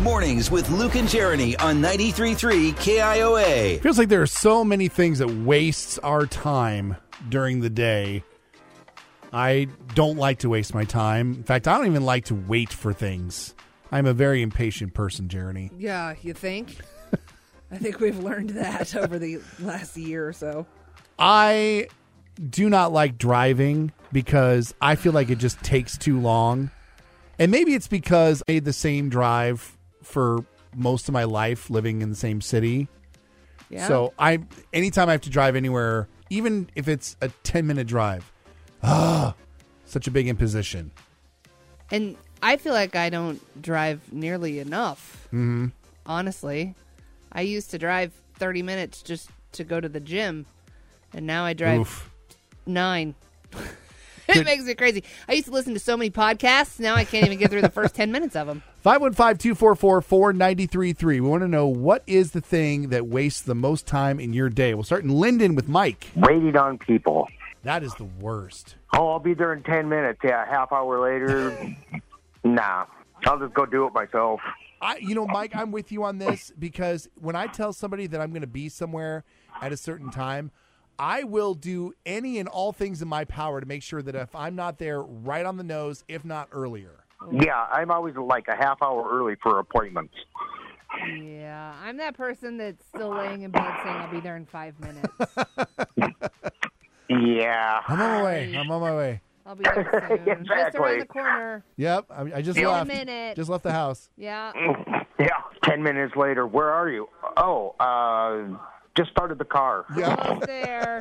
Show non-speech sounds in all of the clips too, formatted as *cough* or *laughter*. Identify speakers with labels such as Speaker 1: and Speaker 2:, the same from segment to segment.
Speaker 1: Mornings with Luke and Jeremy on 93.3 KIOA.
Speaker 2: Feels like there are so many things that wastes our time during the day. I don't like to waste my time. In fact, I don't even like to wait for things. I'm a very impatient person, Jeremy.
Speaker 3: Yeah, you think? *laughs* I think we've learned that *laughs* over the last year or so.
Speaker 2: I do not like driving because I feel like it just takes too long. And maybe it's because I made the same drive for most of my life living in the same city.
Speaker 3: Yeah.
Speaker 2: So I anytime I have to drive anywhere, even if it's a 10 minute drive, ah, such a big imposition.
Speaker 3: and I feel like I don't drive nearly enough. Mm-hmm. Honestly, I used to drive 30 minutes just to go to the gym, and now I drive
Speaker 2: Oof.
Speaker 3: nine. *laughs* it makes me crazy. I used to listen to so many podcasts. Now I can't even get through the first 10 minutes of them.
Speaker 2: 515-244-4933. We want to know what is the thing that wastes the most time in your day. We'll start in Linden with Mike.
Speaker 4: waiting on people.
Speaker 2: That is the worst.
Speaker 4: Oh, I'll be there in 10 minutes. Yeah, half hour later. nah, I'll just go do it myself.
Speaker 2: I, you know, Mike, I'm with you on this because when I tell somebody that I'm going to be somewhere at a certain time, I will do any and all things in my power to make sure that if I'm not there, right on the nose, if not earlier.
Speaker 4: Yeah, I'm always like a half hour early for appointments.
Speaker 3: *laughs* Yeah, I'm that person that's still laying in bed saying I'll be there in five minutes.
Speaker 4: Yeah. *laughs*
Speaker 2: I'm on my way. I'm on my way.
Speaker 3: I'll be there soon. Just
Speaker 4: Exactly.
Speaker 3: around the corner.
Speaker 2: Yep, I, I just
Speaker 3: Ten
Speaker 2: left.
Speaker 3: minutes.
Speaker 2: Just left the house.
Speaker 3: Yeah.
Speaker 4: Yeah, 10 minutes later. Where are you? Oh, uh, just started the car.
Speaker 2: Yeah.
Speaker 3: Almost there.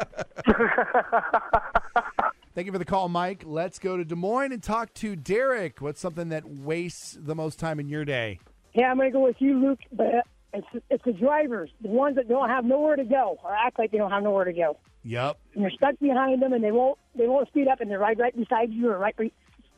Speaker 2: Thank you for the call, Mike. Let's go to Des Moines and talk to Derek. What's something that wastes the most time in your day?
Speaker 5: Yeah, I'm going to go with you, Luke. But it's it's the drivers, the ones that don't have nowhere to go, or act like they don't have nowhere to go,
Speaker 2: Yep.
Speaker 5: and you're stuck behind them, and they won't they won't speed up, and they ride right beside you, or right be,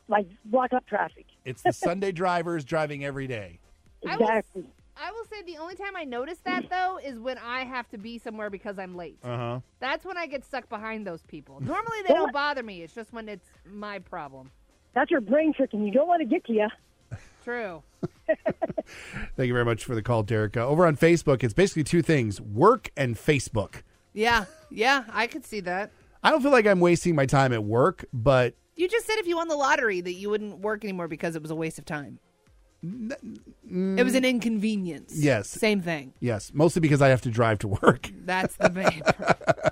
Speaker 5: like block up traffic.
Speaker 2: It's the Sunday drivers driving every day.
Speaker 3: I will-
Speaker 5: Exactly.
Speaker 3: I will say the only time I notice that though is when I have to be somewhere because I'm late.
Speaker 2: Uh huh.
Speaker 3: That's when I get stuck behind those people. Normally they don't bother me. It's just when it's my problem.
Speaker 5: That's your brain tricking. You don't want to get to you.
Speaker 3: True.
Speaker 2: Thank you very much for the call, Derek. Uh, over on Facebook, it's basically two things work and Facebook.
Speaker 3: Yeah. Yeah, I could see that.
Speaker 2: I don't feel like I'm wasting my time at work, but
Speaker 3: You just said if you won the lottery that you wouldn't work anymore because it was a waste of time. It was an inconvenience.
Speaker 2: Yes.
Speaker 3: Same thing.
Speaker 2: yes, mostly because I have to drive to work.
Speaker 3: That's the main.